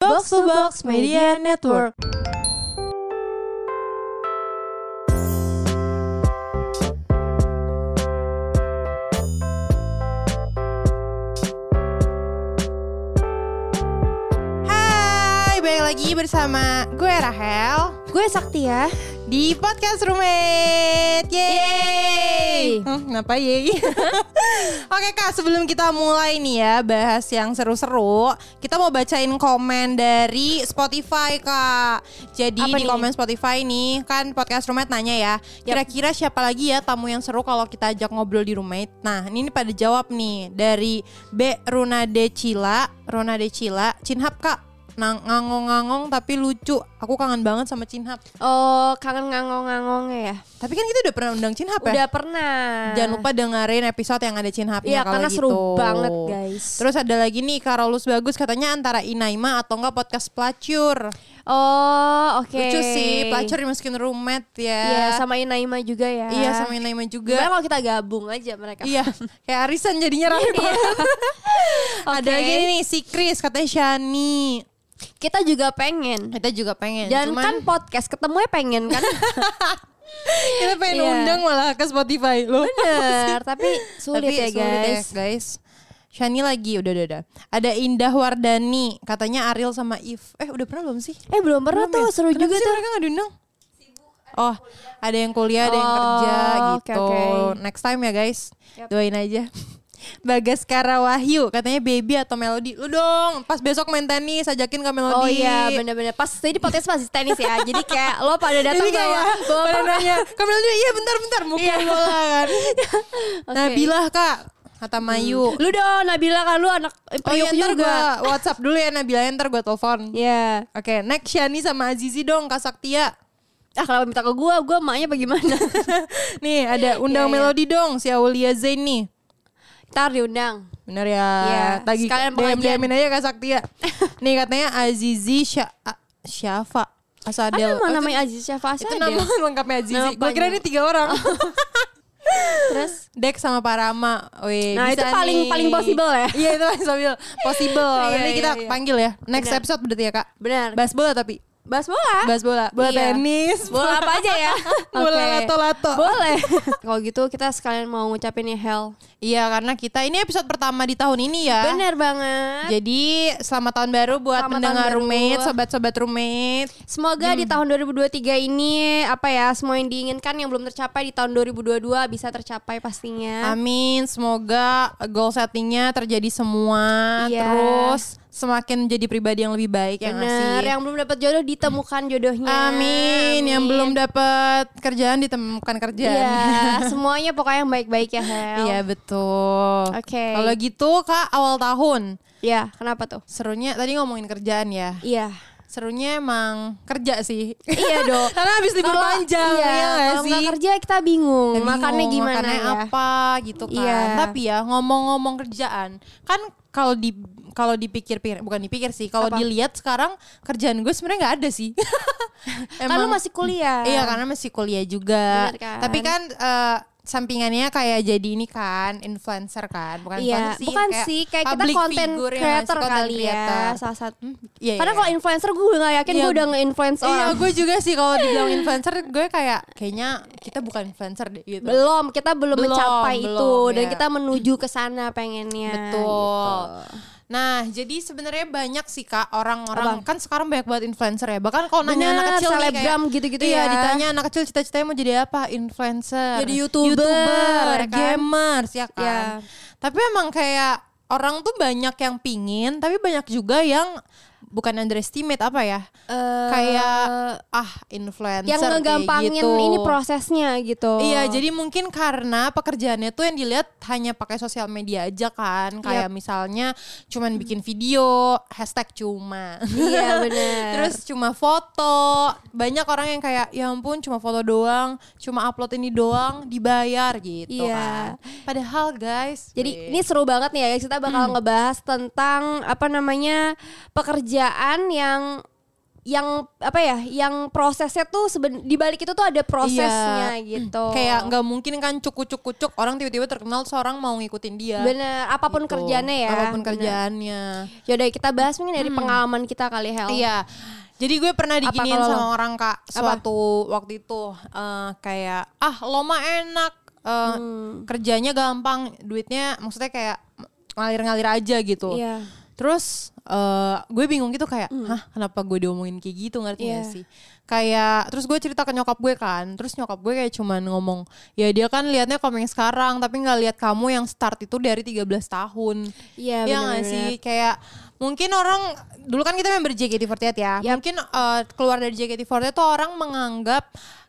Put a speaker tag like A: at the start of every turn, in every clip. A: Box to Box Media Network.
B: Hai, balik lagi bersama gue Rahel
A: Gue Sakti ya.
B: di podcast Roommate. Yeay!
A: Yeay!
B: Hmm, kenapa yeay? Oke Kak, sebelum kita mulai nih ya bahas yang seru-seru, kita mau bacain komen dari Spotify Kak. Jadi
A: Apa
B: di
A: nih?
B: komen Spotify nih kan podcast Roommate nanya ya, kira-kira siapa lagi ya tamu yang seru kalau kita ajak ngobrol di Roommate? Nah, ini pada jawab nih dari B Runa Decila, Runa Decila, Cinhap Kak. Nang- ngangong-ngangong tapi lucu. Aku kangen banget sama Cinhap.
A: Oh, kangen ngangong-ngangong ya.
B: Tapi kan kita udah pernah undang Cinhap ya?
A: Udah pernah.
B: Jangan lupa dengerin episode yang ada Cinhapnya
A: Iya,
B: kalau
A: karena
B: gitu.
A: seru banget, guys.
B: Terus ada lagi nih Karolus Bagus katanya antara Inaima atau enggak podcast Pelacur.
A: Oh, oke.
B: Lucu sih, Pelacur dimasukin roommate ya.
A: Iya, sama Inaima juga ya.
B: Iya, sama Inaima
A: Gimana
B: juga.
A: kalau kita gabung aja mereka.
B: Iya, kayak arisan jadinya rame banget. Ada
A: Iya, Oke.
B: lagi nih si Chris katanya Shani.
A: Kita juga pengen.
B: Kita juga pengen.
A: Dan
B: Cuman
A: kan podcast ketemunya pengen kan.
B: kita pengen
A: Iya.
B: undang malah ke Spotify loh.
A: Bener, tapi sulit
B: Tapi
A: ya guys.
B: ya, guys. Shani lagi, udah, udah, udah. Ada Indah Wardani, katanya Ariel sama If. Eh, udah pernah belum sih?
A: Eh, belum pernah
B: Belum
A: tuh,
B: ya?
A: seru
B: Kenapa
A: juga
B: sih
A: tuh.
B: mereka nggak diundang? Oh, ada yang kuliah, ada yang
A: Oh,
B: kerja
A: oke,
B: gitu.
A: oke.
B: Next time ya guys,
A: Yap.
B: doain aja. Bagas Kara Wahyu, katanya Baby atau Melody. Lu dong, pas besok main tenis, ajakin ke Melody.
A: Oh iya bener-bener Pas tadi podcast masih tenis ya Jadi kayak lo pada datang ya?
B: Jadi
A: bawa,
B: kayak
A: bawa
B: pada
A: permen.
B: nanya, ke Melody, iya bentar-bentar, bukan bola kan.
A: Nah, Oke.
B: Nabilah kak, kata Mayu.
A: Lu dong Nabila kan lu anak eh,
B: Oh iya,
A: priuk
B: ntar gue
A: juga
B: WhatsApp dulu ya Nabila, ntar gue telepon.
A: Ya
B: Oke, next Shani sama Azizi dong, Kak Saktia.
A: Ah kenapa minta ke gue Gue emaknya apa gimana
B: Nih ada undang
A: Iya, iya.
B: melodi dong si Aulia Zain nih.
A: Ntar diundang
B: Bener ya.
A: Iya,
B: Tagi
A: sekalian pengajian.
B: DM-in aja Kak Saktia. nih katanya Azizi Sya A- Syafa. Asadel. Oh,
A: Ada mah
B: itu-
A: namanya Aziz Syafa
B: Itu
A: Asad
B: nama lengkapnya Azizi.
A: Nama
B: Gue kira ini
A: panjang. Oh.
B: tiga orang.
A: Terus
B: Dek sama Parama. Wih,
A: Nah,
B: bisa
A: itu paling-
B: nih.
A: paling possible ya.
B: Iya itu paling possible. Possible.
A: Iya,
B: Nanti
A: iya,
B: kita
A: iya.
B: panggil ya. Next
A: Benar.
B: episode berarti ya Kak.
A: Benar
B: Bahas bola tapi.
A: Bahas bola
B: Bahas bola. Bola
A: Iya.
B: tenis.
A: Bola apa aja ya
B: Bola
A: Oke.
B: lato-lato.
A: Boleh Kalau gitu kita sekalian mau ngucapin ya Hel
B: Iya karena kita ini episode pertama di tahun ini ya.
A: Bener banget
B: Jadi selamat tahun baru buat
A: Selamat
B: pendengar
A: tahun baru.
B: roommate, sobat-sobat roommate.
A: Semoga
B: Hmm.
A: di tahun 2023 ini apa ya semua yang diinginkan yang belum tercapai di tahun 2022 bisa tercapai pastinya.
B: Amin, semoga goal settingnya terjadi semua.
A: Iya.
B: Terus semakin menjadi pribadi yang lebih baik ya yang
A: Bener, ya yang belum dapat jodoh ditemukan jodohnya.
B: Amin. yang belum dapat kerjaan ditemukan kerjaan.
A: Iya, semuanya pokoknya yang baik-baik ya Hel.
B: Iya, betul.
A: Oke.
B: Kalau gitu Kak awal tahun
A: Iya, kenapa tuh?
B: serunya tadi ngomongin kerjaan ya.
A: Iya.
B: Serunya emang kerja sih.
A: Iya dong.
B: Karena habis libur
A: Kalau-
B: panjang
A: iya,
B: ya nggak
A: kalau nggak
B: sih?
A: kerja kita bingung,
B: Bingung,
A: makannya gimana
B: makannya
A: ya?
B: apa gitu kan
A: Iya.
B: tapi ya ngomong-ngomong kerjaan kan kalau di kalau dipikir bukan dipikir sih kalau
A: Apa?
B: dilihat sekarang kerjaan gue sebenarnya nggak ada sih
A: Kan lu masih kuliah.
B: iya karena masih kuliah juga
A: Bener kan?
B: tapi kan eh, sampingannya kayak jadi ini kan influencer kan bukan
A: Iya,
B: influencer sih,
A: bukan sih kayak kita
B: public
A: content
B: figure ya nggak sih?
A: creator
B: Content
A: kali
B: creator.
A: ya, salah satu.
B: Iya,
A: Karena
B: iya.
A: kalau influencer gue gak yakin
B: Iya.
A: gue udah nge-influence
B: Iya,
A: orang.
B: gue juga sih kalau dibilang influencer gue kayak kayaknya kita bukan influencer deh gitu.
A: Belum, kita belum,
B: Belum,
A: mencapai
B: belum,
A: itu dan
B: ya.
A: kita menuju ke sana pengennya.
B: Betul.
A: gitu.
B: Nah, jadi sebenarnya banyak sih kak orang-orang kan sekarang banyak banget influencer ya. Bahkan kalau nanya
A: Bener,
B: anak kecil nih kayak-
A: selebgram gitu-gitu
B: iya,
A: ya.
B: ditanya anak kecil cita-citanya mau jadi apa? Influencer.
A: Jadi YouTuber, ya kan?
B: gamers ya kan.
A: Iya.
B: Tapi emang kayak orang tuh banyak yang pingin, tapi banyak juga yang bukan underestimate apa ya?
A: Eh,
B: kayak ah influencer
A: yang
B: kayak
A: ngegampangin
B: gitu.
A: ini prosesnya gitu.
B: Iya, jadi mungkin karena pekerjaannya tuh yang dilihat hanya pakai sosial media aja kan, kayak misalnya cuman bikin video, hashtag cuma.
A: Hmm. Iya, bener.
B: Terus cuma foto. Banyak orang yang kayak ya ampun cuma foto doang, cuma upload ini doang, dibayar gitu
A: Iya.
B: kan. Padahal guys,
A: Jadi
B: weh.
A: ini seru banget nih ya guys, kita
B: Hmm.
A: bakal ngebahas tentang apa namanya pekerjaan yang yang apa ya, yang prosesnya tuh seben, di balik itu tuh ada prosesnya
B: Iya.
A: gitu.
B: Kayak nggak mungkin kan cukup-cukup-cukup orang tiba-tiba terkenal seorang mau ngikutin dia.
A: bener apapun
B: Gitu.
A: kerjanya ya.
B: Apapun
A: bener.
B: kerjaannya.
A: Yaudah kita bahas mungkin dari pengalaman kita kali ya, Hel.
B: Iya. Jadi gue pernah
A: Apa
B: diginiin
A: kalau
B: sama orang kak suatu waktu itu eh, kayak ah lo mah enak eh,
A: Hmm.
B: kerjanya gampang duitnya maksudnya kayak ngalir-ngalir aja gitu.
A: Iya. Hmm.
B: Terus eh, gue bingung gitu kayak, hah kenapa gue diomongin kayak gitu ngerti
A: Iya.
B: gak sih? Kayak terus gue cerita ke nyokap gue kan, terus nyokap gue kayak cuman ngomong, ya dia kan liatnya kamu yang sekarang, tapi nggak lihat kamu yang start itu dari 13 tahun.
A: Iya,
B: Iya nggak
A: benar-benar.
B: sih? Kayak mungkin orang dulu kan kita member JKT48 ya,
A: Yap.
B: mungkin eh, keluar dari JKT48 tuh orang menganggap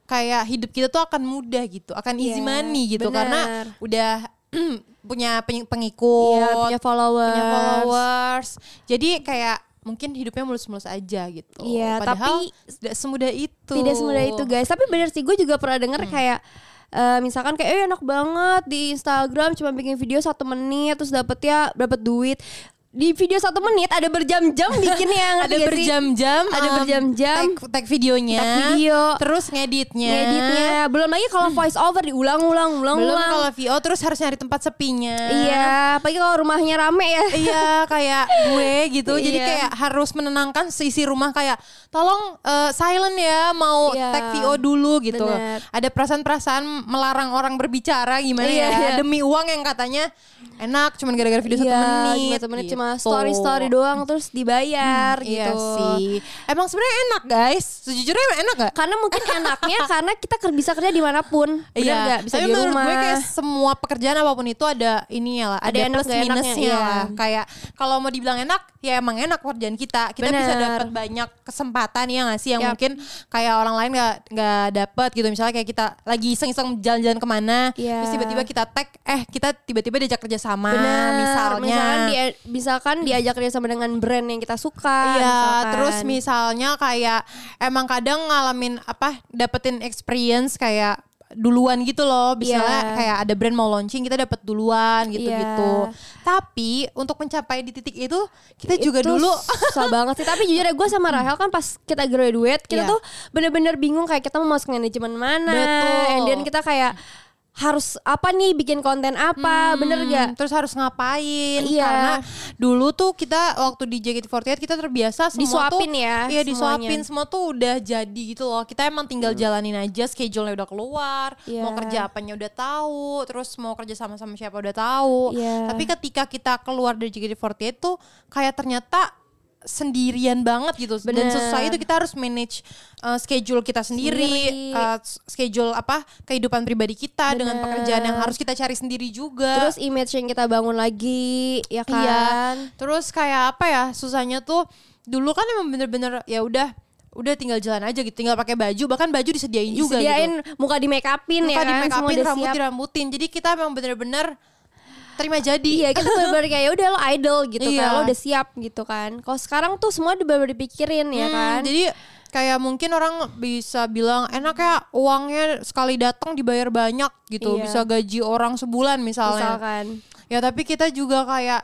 B: kayak hidup kita tuh akan mudah gitu, akan easy
A: Iya,
B: money gitu
A: benar.
B: karena udah punya peny- pengikut,
A: Iya, punya followers.
B: punya followers. Jadi kayak mungkin hidupnya mulus-mulus aja gitu.
A: Iya,
B: Padahal
A: tapi
B: tidak semudah itu.
A: Tidak semudah itu guys. Tapi bener sih gue juga pernah denger
B: Hmm.
A: kayak eh, misalkan kayak eh enak banget di Instagram cuma bikin video satu menit terus dapetnya dapat duit. Di video satu menit ada berjam-jam bikinnya ngerti
B: Ada
A: gak sih?
B: berjam-jam,
A: Ada
B: em,
A: berjam-jam.
B: tag, tag videonya,
A: Tag video.
B: terus ngeditnya,
A: Ngeditnya belum lagi kalau voice over diulang-ulang,
B: Hmm. belum
A: ulang-ulang.
B: kalau VO terus harus nyari tempat sepinya.
A: Iya, apalagi kalau rumahnya rame ya.
B: iya kayak gue gitu jadi
A: Iya.
B: kayak harus menenangkan seisi rumah kayak tolong eh, silent ya mau
A: Iya.
B: tag VO dulu gitu
A: Bener.
B: ada perasaan-perasaan melarang orang berbicara gimana
A: Iya,
B: ya
A: iya.
B: demi uang yang katanya enak cuman gara-gara video satu
A: Iya,
B: menit
A: cuma satu menit cuma
B: gitu.
A: story story doang terus dibayar
B: iya
A: gitu.
B: sih emang sebenarnya enak guys sejujurnya emang enak gak?
A: Karena mungkin enaknya karena kita ker- bisa kerja dimanapun, benar nggak? Iya, Bisa
B: Iya. tapi
A: di
B: menurut
A: rumah.
B: gue kayak semua pekerjaan apapun itu ada ini ya lah, ada,
A: Ada enak
B: plus
A: nggak enaknya,
B: minusnya
A: iya.
B: lah. Kayak kalau mau dibilang enak, ya emang enak pekerjaan kita. Kita bisa
A: Bener.
B: dapat banyak kesempatan ya nggak sih yang
A: Yap.
B: mungkin kayak orang lain nggak nggak dapat gitu. Misalnya kayak kita lagi iseng-iseng jalan-jalan kemana,
A: Iya.
B: terus tiba-tiba kita tag, eh kita tiba-tiba diajak kerja sama,
A: Benar,
B: misalnya.
A: misalkan, dia, misalkan diajak kerja sama dengan brand yang kita suka.
B: Iya,
A: misalkan.
B: terus misalnya kayak emang kadang ngalamin apa dapetin experience kayak duluan gitu loh misalnya
A: Iya.
B: kayak ada brand mau launching kita dapet duluan gitu-gitu
A: Iya.
B: tapi untuk mencapai di titik itu kita juga
A: Itu
B: dulu
A: susah banget sih tapi jujur ya gue sama Rahel kan pas kita graduate kita
B: Iya.
A: tuh bener-bener bingung kayak kita mau masuk manajemen mana
B: Betul.
A: and then kita kayak harus apa nih bikin konten apa bener gak
B: Hmm, terus harus ngapain
A: Iya.
B: karena dulu tuh kita waktu di JKT48 kita terbiasa semua tuh
A: Disuapin ya,
B: iya disuapin
A: semuanya. Hmm.
B: semua tuh udah jadi gitu loh kita emang tinggal jalanin aja schedule-nya udah keluar
A: Iya.
B: mau kerja apanya udah tahu terus mau kerja sama sama siapa udah tahu
A: Iya.
B: tapi ketika kita keluar dari JKT48 tuh kayak ternyata sendirian banget gitu dan
A: Bener.
B: susah itu kita harus manage uh, schedule kita sendiri,
A: Sendiri.
B: uh, schedule apa kehidupan pribadi kita dengan pekerjaan yang harus kita cari sendiri juga
A: terus image yang kita bangun lagi ya kan
B: Iya. Terus kayak apa ya susahnya tuh dulu kan emang bener-bener ya udah udah tinggal jalan aja gitu, tinggal pakai baju bahkan baju disediain juga gitu.
A: disediain muka di make upin ya
B: Muka
A: kan
B: di make
A: semua
B: upin,
A: udah
B: rambut
A: siap.
B: dirambutin. Jadi kita emang bener-bener terima
A: Iya
B: jadi.
A: kita bener-bener kayak udah lo idol gitu
B: Iya.
A: kan Lo udah siap gitu kan Kalau sekarang tuh semua udah bener-bener dipikirin ya
B: Hmm,
A: kan
B: Jadi kayak mungkin orang bisa bilang enak ya uangnya sekali datang dibayar banyak gitu,
A: Iya.
B: bisa gaji orang sebulan misalnya.
A: Misalkan
B: Ya tapi kita juga kayak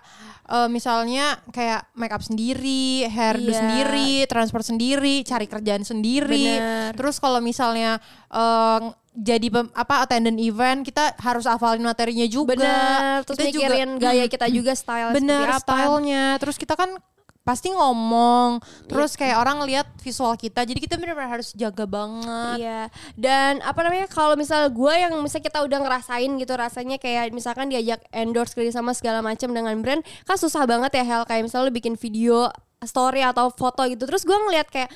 B: eh, misalnya kayak make up sendiri, hairdo
A: Iya.
B: sendiri, transport sendiri, cari kerjaan sendiri.
A: Bener.
B: Terus kalau misalnya eh, jadi pem- apa attendant event kita harus hafalin materinya juga.
A: Bener Terus
B: Kita juga- hmm,
A: mikirin gaya kita juga style
B: bener
A: seperti apa
B: stylenya terus kita kan pasti ngomong terus
A: Iya.
B: kayak orang lihat visual kita jadi kita benar-benar harus jaga banget
A: Iya, dan apa namanya kalau misal gue yang misal kita udah ngerasain gitu rasanya kayak misalkan diajak endorse kerja sama segala macam dengan brand kan susah banget ya Hel kayak misal lu bikin video story atau foto gitu terus gue ngeliat kayak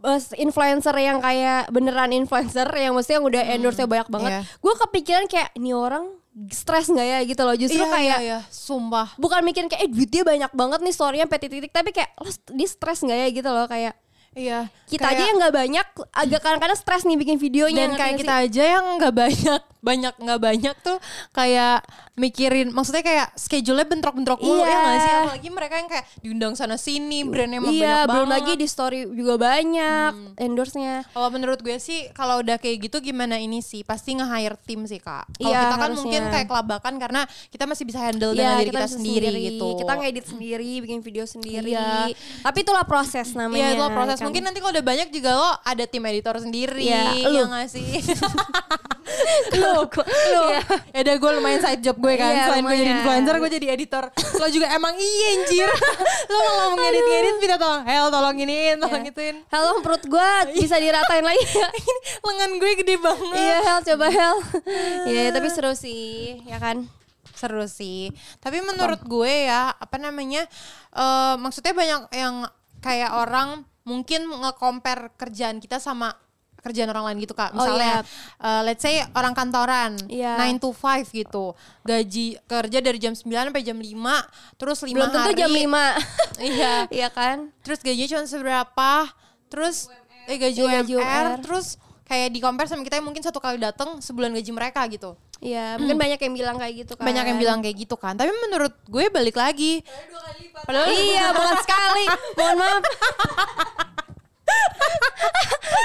A: eh, influencer yang kayak beneran influencer yang maksudnya yang udah endorse nya banyak banget
B: Hmm. iya.
A: gue kepikiran kayak ini orang stres nggak ya gitu loh justru
B: Iya,
A: kayak
B: iya, iya. sumpah
A: bukan mikirin kayak eh duit dia banyak banget nih story-nya sampai titik-titik tapi kayak lo st- dia stres nggak ya gitu loh kayak
B: iya
A: kita aja yang nggak banyak agak kadang-kadang stres nih bikin videonya
B: dan
A: ngerti
B: kayak
A: nggak
B: kita aja yang nggak banyak banyak nggak banyak tuh kayak mikirin maksudnya kayak schedule-nya bentrok-bentrok mulu
A: Iya.
B: ya nggak sih apalagi mereka yang kayak diundang sana sini brandnya emang
A: sih? iya
B: banyak
A: belum
B: banget. Hmm.
A: lagi di story juga banyak endorse-nya
B: Kalau menurut gue sih kalau udah kayak gitu gimana ini sih pasti nge-hire tim sih kak. Kalau
A: Iya,
B: kita kan
A: harusnya.
B: mungkin kayak kelabakan karena kita masih bisa handle
A: Iya,
B: dengan diri kita,
A: bisa
B: sendiri, gitu.
A: kita ngedit sendiri bikin video sendiri
B: Iya.
A: tapi itulah proses namanya
B: Iya itu proses
A: kan.
B: Mungkin nanti kalau udah banyak juga lo ada tim editor sendiri
A: Iya,
B: ya
A: lu.
B: nggak sih? lo, lo.
A: Iya.
B: Ya udah gue lumayan side job gue kan.
A: Iya,
B: Selain gue jadi
A: lumayan.
B: influencer, gue jadi editor. lo juga emang iya anjir. lo kalau mau ngedit ngedit minta tolong, Hel tolong iniin, tolong
A: Iya.
B: ituin.
A: Hel perut gue bisa diratain lagi
B: Iya.
A: ya.
B: Lengan gue gede banget.
A: Iya Hel coba Hel. Iya tapi seru sih ya kan.
B: seru sih tapi menurut gue ya apa namanya eh, maksudnya banyak yang kayak orang mungkin nge-compare kerjaan kita sama kerjaan orang lain gitu kak
A: Oh,
B: misalnya eh, let's say orang kantoran
A: Iya.
B: 9 to 5 gitu gaji kerja dari jam 9 sampai jam 5 terus 5
A: Belum tentu
B: hari
A: jam 5
B: iya
A: Iya kan.
B: terus gajinya cuma seberapa terus eh, gaji
A: Iya,
B: UMR,
A: gaji UMR.
B: terus kayak di compare sama kita yang mungkin satu kali datang sebulan gaji mereka gitu
A: Iya mungkin banyak yang bilang kayak gitu kan.
B: banyak yang bilang kayak gitu kan tapi menurut gue balik lagi padahal
A: Iya bukan sekali. Mohon maaf.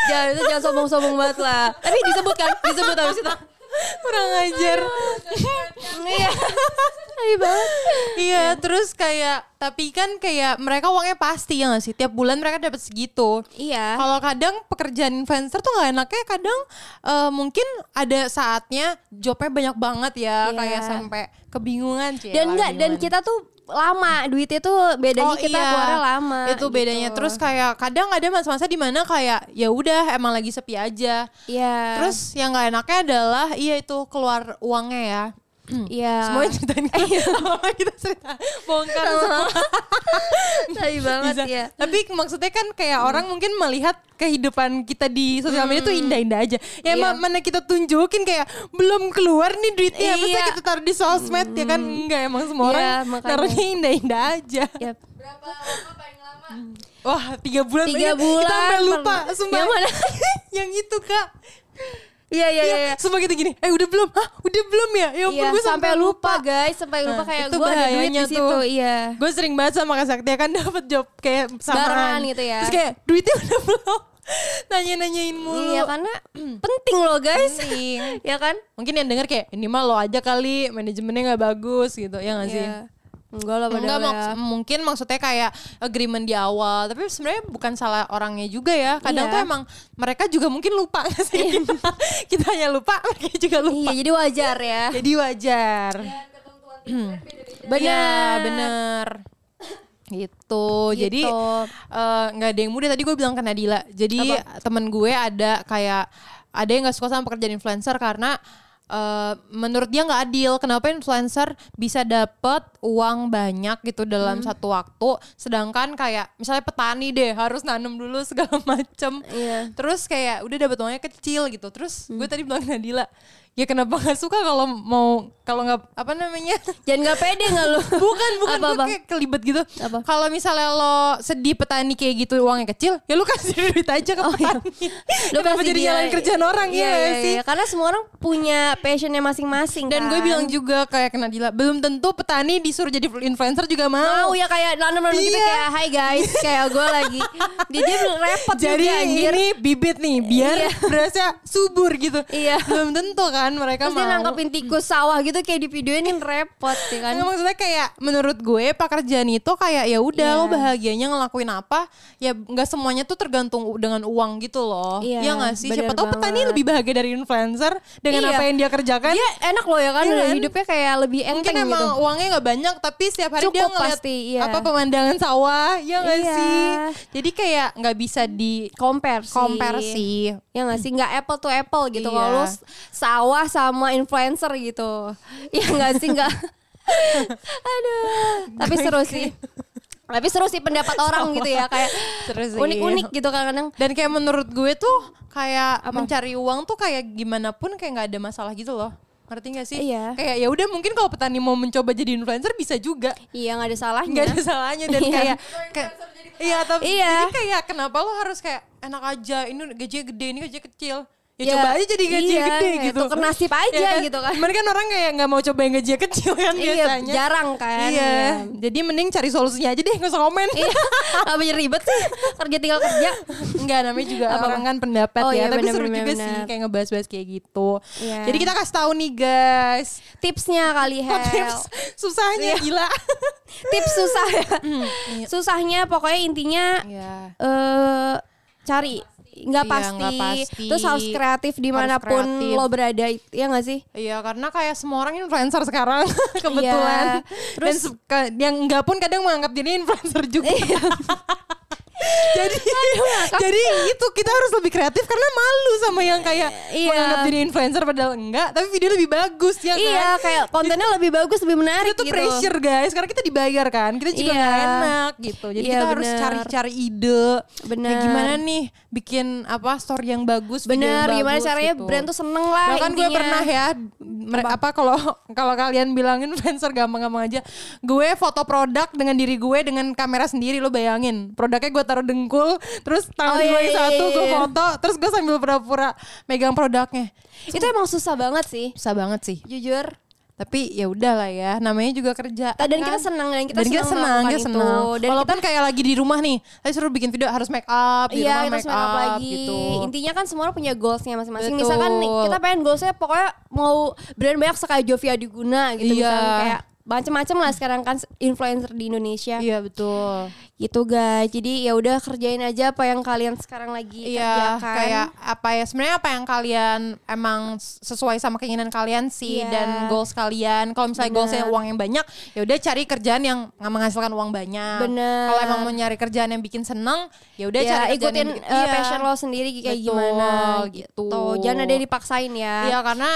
A: jangan itu jangan sombong-sombong banget lah. Tapi disebut kan, disebut habis itu.
B: kurang ajar
A: Iya. Iya banget.
B: iya terus kayak tapi kan kayak mereka uangnya pasti ya nggak sih tiap bulan mereka dapat segitu
A: Iya.
B: kalau kadang pekerjaan influencer tuh nggak enaknya kadang eh, mungkin ada saatnya jobnya banyak banget ya
A: Iya.
B: kayak sampai kebingungan sih
A: Dan enggak dan kita tuh lama duitnya tuh
B: Oh,
A: bedanya kita
B: iya.
A: keluarnya lama.
B: Itu bedanya.
A: gitu.
B: Terus kayak kadang ada masa-masa di mana kayak ya udah emang lagi sepi aja.
A: Iya.
B: Terus yang nggak enaknya adalah iya itu keluar uangnya ya.
A: Iya.
B: Semuanya ceritain kita. Sama-sama kita cerita bongkar semua.
A: Tai banget Hmm.
B: Bisa.
A: ya.
B: Tapi maksudnya kan kayak orang mungkin melihat kehidupan kita di sosial media tuh indah-indah aja. Ya
A: Hmm. Iya.
B: ma- mana kita tunjukin kayak belum keluar nih duitnya,
A: Iya.
B: masa kita taruh di sosmed ya kan enggak emang semua
A: Iya,
B: orang
A: makanya. Iya.
B: taruhnya indah-indah aja.
A: Yap.
B: Wah tiga bulan Iya,
A: Tiga
B: Kita sampai
A: bulan
B: lupa
A: pernah.
B: sumpah.
A: Yang mana?
B: Yang itu kak
A: Iya iya
B: Iya
A: iya.
B: Sumpah kita gini Eh udah belum Hah udah belum ya Ya ampun
A: Iya,
B: gue
A: sampai lupa guys, sampai lupa
B: Nah,
A: kayak
B: itu
A: gue ada duit
B: bahayanya
A: di situ,
B: tuh.
A: iya.
B: Gue sering banget sama Kak Saktia kan dapat job kayak samaan
A: Barengan gitu ya.
B: Terus kayak duitnya udah belum Nanya-nanyain mulu
A: Iya karena penting loh guys.
B: Penting.
A: ya kan?
B: Mungkin yang denger kayak ini mah lo aja kali manajemennya nggak bagus gitu ya nggak sih?
A: Iya. Enggak lah
B: Enggak
A: padahal ya.
B: maks- mungkin maksudnya kayak agreement di awal, tapi sebenarnya bukan salah orangnya juga ya. Kadang
A: Iya.
B: tuh emang mereka juga mungkin lupa nggak sih kita, kita hanya lupa, mereka juga lupa. Iya.
A: Iya, jadi wajar ya.
B: Jadi wajar.
A: Benar.
B: Iya, bener. Gitu. Jadi eh, nggak ada yang mudah tadi gue bilang ke Nadila. Jadi temen gue ada kayak ada yang nggak suka sama pekerjaan influencer karena eh, menurut dia nggak adil kenapa influencer bisa dapat uang banyak gitu dalam satu waktu sedangkan kayak misalnya petani deh harus nanam dulu segala macem
A: Iya.
B: terus kayak udah dapat uangnya kecil gitu terus gue tadi bilang ke Nadila ya kenapa nggak suka kalau mau kalau nggak apa namanya
A: Jangan nggak pede nggak lu?
B: Bukan, bukan
A: Apa,
B: gue
A: Bang?
B: kayak kelibet gitu.
A: Apa?
B: Kalau misalnya lo sedih petani kayak gitu uangnya kecil, ya lu kasih duit aja ke petani.
A: Oh, iya. Lu
B: Kenapa
A: pasti
B: jadi
A: dia-
B: nyalain kerjaan orang ya
A: iya,
B: sih?
A: iya. Karena semua orang punya passionnya masing-masing.
B: Dan gue
A: kan.
B: bilang juga kayak ke Nadila, belum tentu petani disuruh jadi influencer juga
A: mau
B: mau.
A: ya kayak nanam-nanam gitu
B: Iya.
A: kayak hai guys kayak gue lagi dia, dia repot
B: Jadi
A: juga anjir
B: ini bibit nih biar berasa subur gitu.
A: Iya.
B: Belum tentu kan mereka
A: terus
B: mau.
A: dia nangkepin tikus sawah gitu kayak di videoin kan repot ya kan
B: Nggak, maksudnya kayak menurut gue pekerjaan itu kayak ya udah
A: Iya.
B: lo bahagianya ngelakuin apa ya nggak semuanya tuh tergantung u- dengan uang gitu loh.
A: Iya,
B: Iya nggak sih?
A: bener
B: Siapa tahu petani
A: banget.
B: lebih bahagia dari influencer dengan
A: Iya.
B: apa yang dia kerjakan.
A: dia enak loh ya kan,
B: Iya kan?
A: hidupnya kayak lebih
B: Mungkin
A: enteng
B: emang
A: gitu
B: uangnya nggak banyak tapi setiap hari dia
A: Cukup
B: ngeliat
A: pasti, iya.
B: apa pemandangan sawah, ya nggak
A: Iya.
B: sih? Jadi kayak nggak bisa di
A: compare sih
B: compare sih.
A: ya nggak sih nggak apple to apple gitu
B: Iya.
A: kalau lu s- sawah sama influencer gitu ya nggak sih nggak aduh tapi seru sih tapi seru sih pendapat orang gitu ya kayak
B: Seru sih.
A: unik-unik gitu kadang-kadang
B: Dan kayak menurut gue tuh kayak mencari uang tuh kayak gimana pun kayak nggak ada masalah gitu loh. Ngerti gak sih?
A: Iya.
B: Kayak ya udah mungkin kalau petani mau mencoba jadi influencer bisa juga.
A: iya nggak ada salahnya
B: nggak ada salahnya dan
A: Iya.
B: kayak kayak- Iya, tapi
A: Iya.
B: jadi kayak kenapa lo harus kayak enak aja ini gajinya gede ini gajinya kecil. Ya,
A: Ya,
B: coba aja jadi gaji
A: iya,
B: gede
A: kayak
B: gitu.
A: tuker nasib aja
B: Iya
A: gitu kan.
B: Cuman kan orang kayak nggak mau coba yang gajinya kecil kan
A: iya
B: biasanya.
A: jarang kan
B: Iya. Jadi mending cari solusinya aja deh, nggak usah komen.
A: iya nggak punya ribet sih kerja tinggal kerja
B: Enggak namanya juga
A: Apa-apa?
B: orang kan pendapat
A: Oh,
B: ya,
A: iya,
B: tapi
A: benar,
B: seru
A: benar,
B: juga
A: benar.
B: sih kayak ngebahas-bahas kayak gitu.
A: Iya.
B: Jadi kita kasih tahu nih guys.
A: tipsnya kali Hel
B: Oh, Tips
A: Iya.
B: susahnya gila. Hmm,
A: tips susah ya susahnya pokoknya intinya
B: Iya.
A: eh cari nggak
B: Iya,
A: pasti.
B: nggak pasti.
A: terus harus kreatif dimanapun
B: kreatif.
A: lo berada ya nggak sih
B: Iya karena kayak semua orang influencer sekarang kebetulan.
A: Iya. Terus-
B: Dan se- ke- yang enggak pun kadang menganggap diri influencer juga.
A: Iya.
B: jadi jadi itu kita harus lebih kreatif karena malu sama yang kayak
A: Iya.
B: menganggap diri influencer padahal enggak tapi video lebih bagus ya
A: iya
B: kan.
A: kayak kontennya lebih bagus lebih menarik
B: Itu tuh
A: gitu
B: pressure guys karena kita dibayar kan kita juga
A: Iya.
B: nggak enak gitu jadi
A: Iya,
B: kita harus
A: bener.
B: cari-cari ide
A: Bener.
B: Kayak gimana nih bikin apa story yang bagus video
A: bener
B: yang
A: gimana
B: bagus
A: caranya
B: gitu.
A: brand tuh seneng lah
B: Bahkan gue
A: intinya.
B: pernah ya mere- apa kalau kalau kalian bilangin influencer gampang-gampang aja. Gue foto produk dengan diri gue dengan kamera sendiri lo bayangin. Produknya gue taruh dengkul, terus tangan
A: Oh, iya,
B: gue
A: iya,
B: satu
A: iya,
B: gue
A: iya.
B: foto, terus gue sambil pura-pura megang produknya.
A: itu emang susah banget sih
B: Susah banget sih.
A: jujur
B: Tapi ya udahlah ya, namanya juga kerja.
A: Ta- dan
B: kan?
A: kita senang dan kita
B: dan kita
A: senang
B: senang,
A: melakukan
B: kita
A: itu.
B: senang.
A: Dan
B: Walaupun kayak lagi di rumah nih, saya suruh bikin video harus make up, di rumah
A: Iya,
B: make,
A: terus make up lagi.
B: gitu.
A: Intinya kan semua orang punya goalsnya masing-masing.
B: Betul.
A: Misalkan nih, kita pengen goalsnya pokoknya mau brand banyak sekali Jovia diguna
B: Iya.
A: gitu. Misalkan kayak macam-macam lah sekarang kan influencer di Indonesia.
B: Iya betul.
A: Gitu guys. Jadi ya udah kerjain aja apa yang kalian sekarang lagi
B: Iya,
A: kerjakan.
B: kayak apa ya? Sebenarnya apa yang kalian emang sesuai sama keinginan kalian sih
A: Iya.
B: dan goals kalian. Kalau misalnya
A: Bener.
B: goalsnya uang yang banyak, ya udah cari kerjaan yang nggak menghasilkan uang banyak.
A: Bener.
B: Kalau emang mau nyari kerjaan yang bikin seneng, ya udah
A: Ya,
B: cari kerjaan
A: ikutin
B: yang bikin-
A: uh,
B: Iya.
A: passion lo sendiri kayak
B: Betul,
A: gimana
B: gitu.
A: Jangan ada yang dipaksain ya.
B: Iya, karena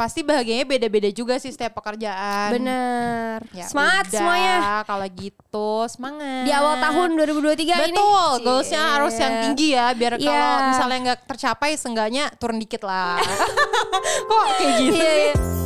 B: pasti bahagianya beda-beda juga sih setiap pekerjaan.
A: Bener.
B: kan? Ya
A: Semangat
B: udah,
A: semuanya.
B: Kalau gitu, semangat.
A: Di awal tahun 2023 ini.
B: Betul, goalsnya harus yang
A: Cie.
B: tinggi ya Biar
A: Iya.
B: kalau misalnya nggak tercapai Seenggaknya turun dikit lah Kok kayak gitu
A: Iya,
B: sih?
A: iya.